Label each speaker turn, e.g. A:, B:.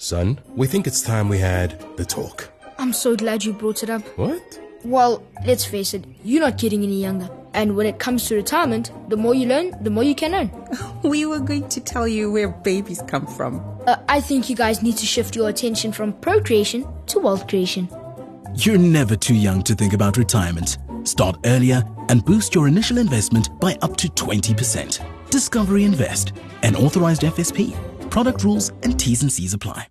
A: Son, we think it's time we had the talk.
B: I'm so glad you brought it up.
A: What?
B: Well, let's face it, you're not getting any younger. And when it comes to retirement, the more you learn, the more you can earn.
C: We were going to tell you where babies come from.
B: Uh, I think you guys need to shift your attention from procreation to wealth creation.
D: You're never too young to think about retirement. Start earlier and boost your initial investment by up to 20%. Discovery Invest, an authorized FSP. Product rules and T's and C's apply.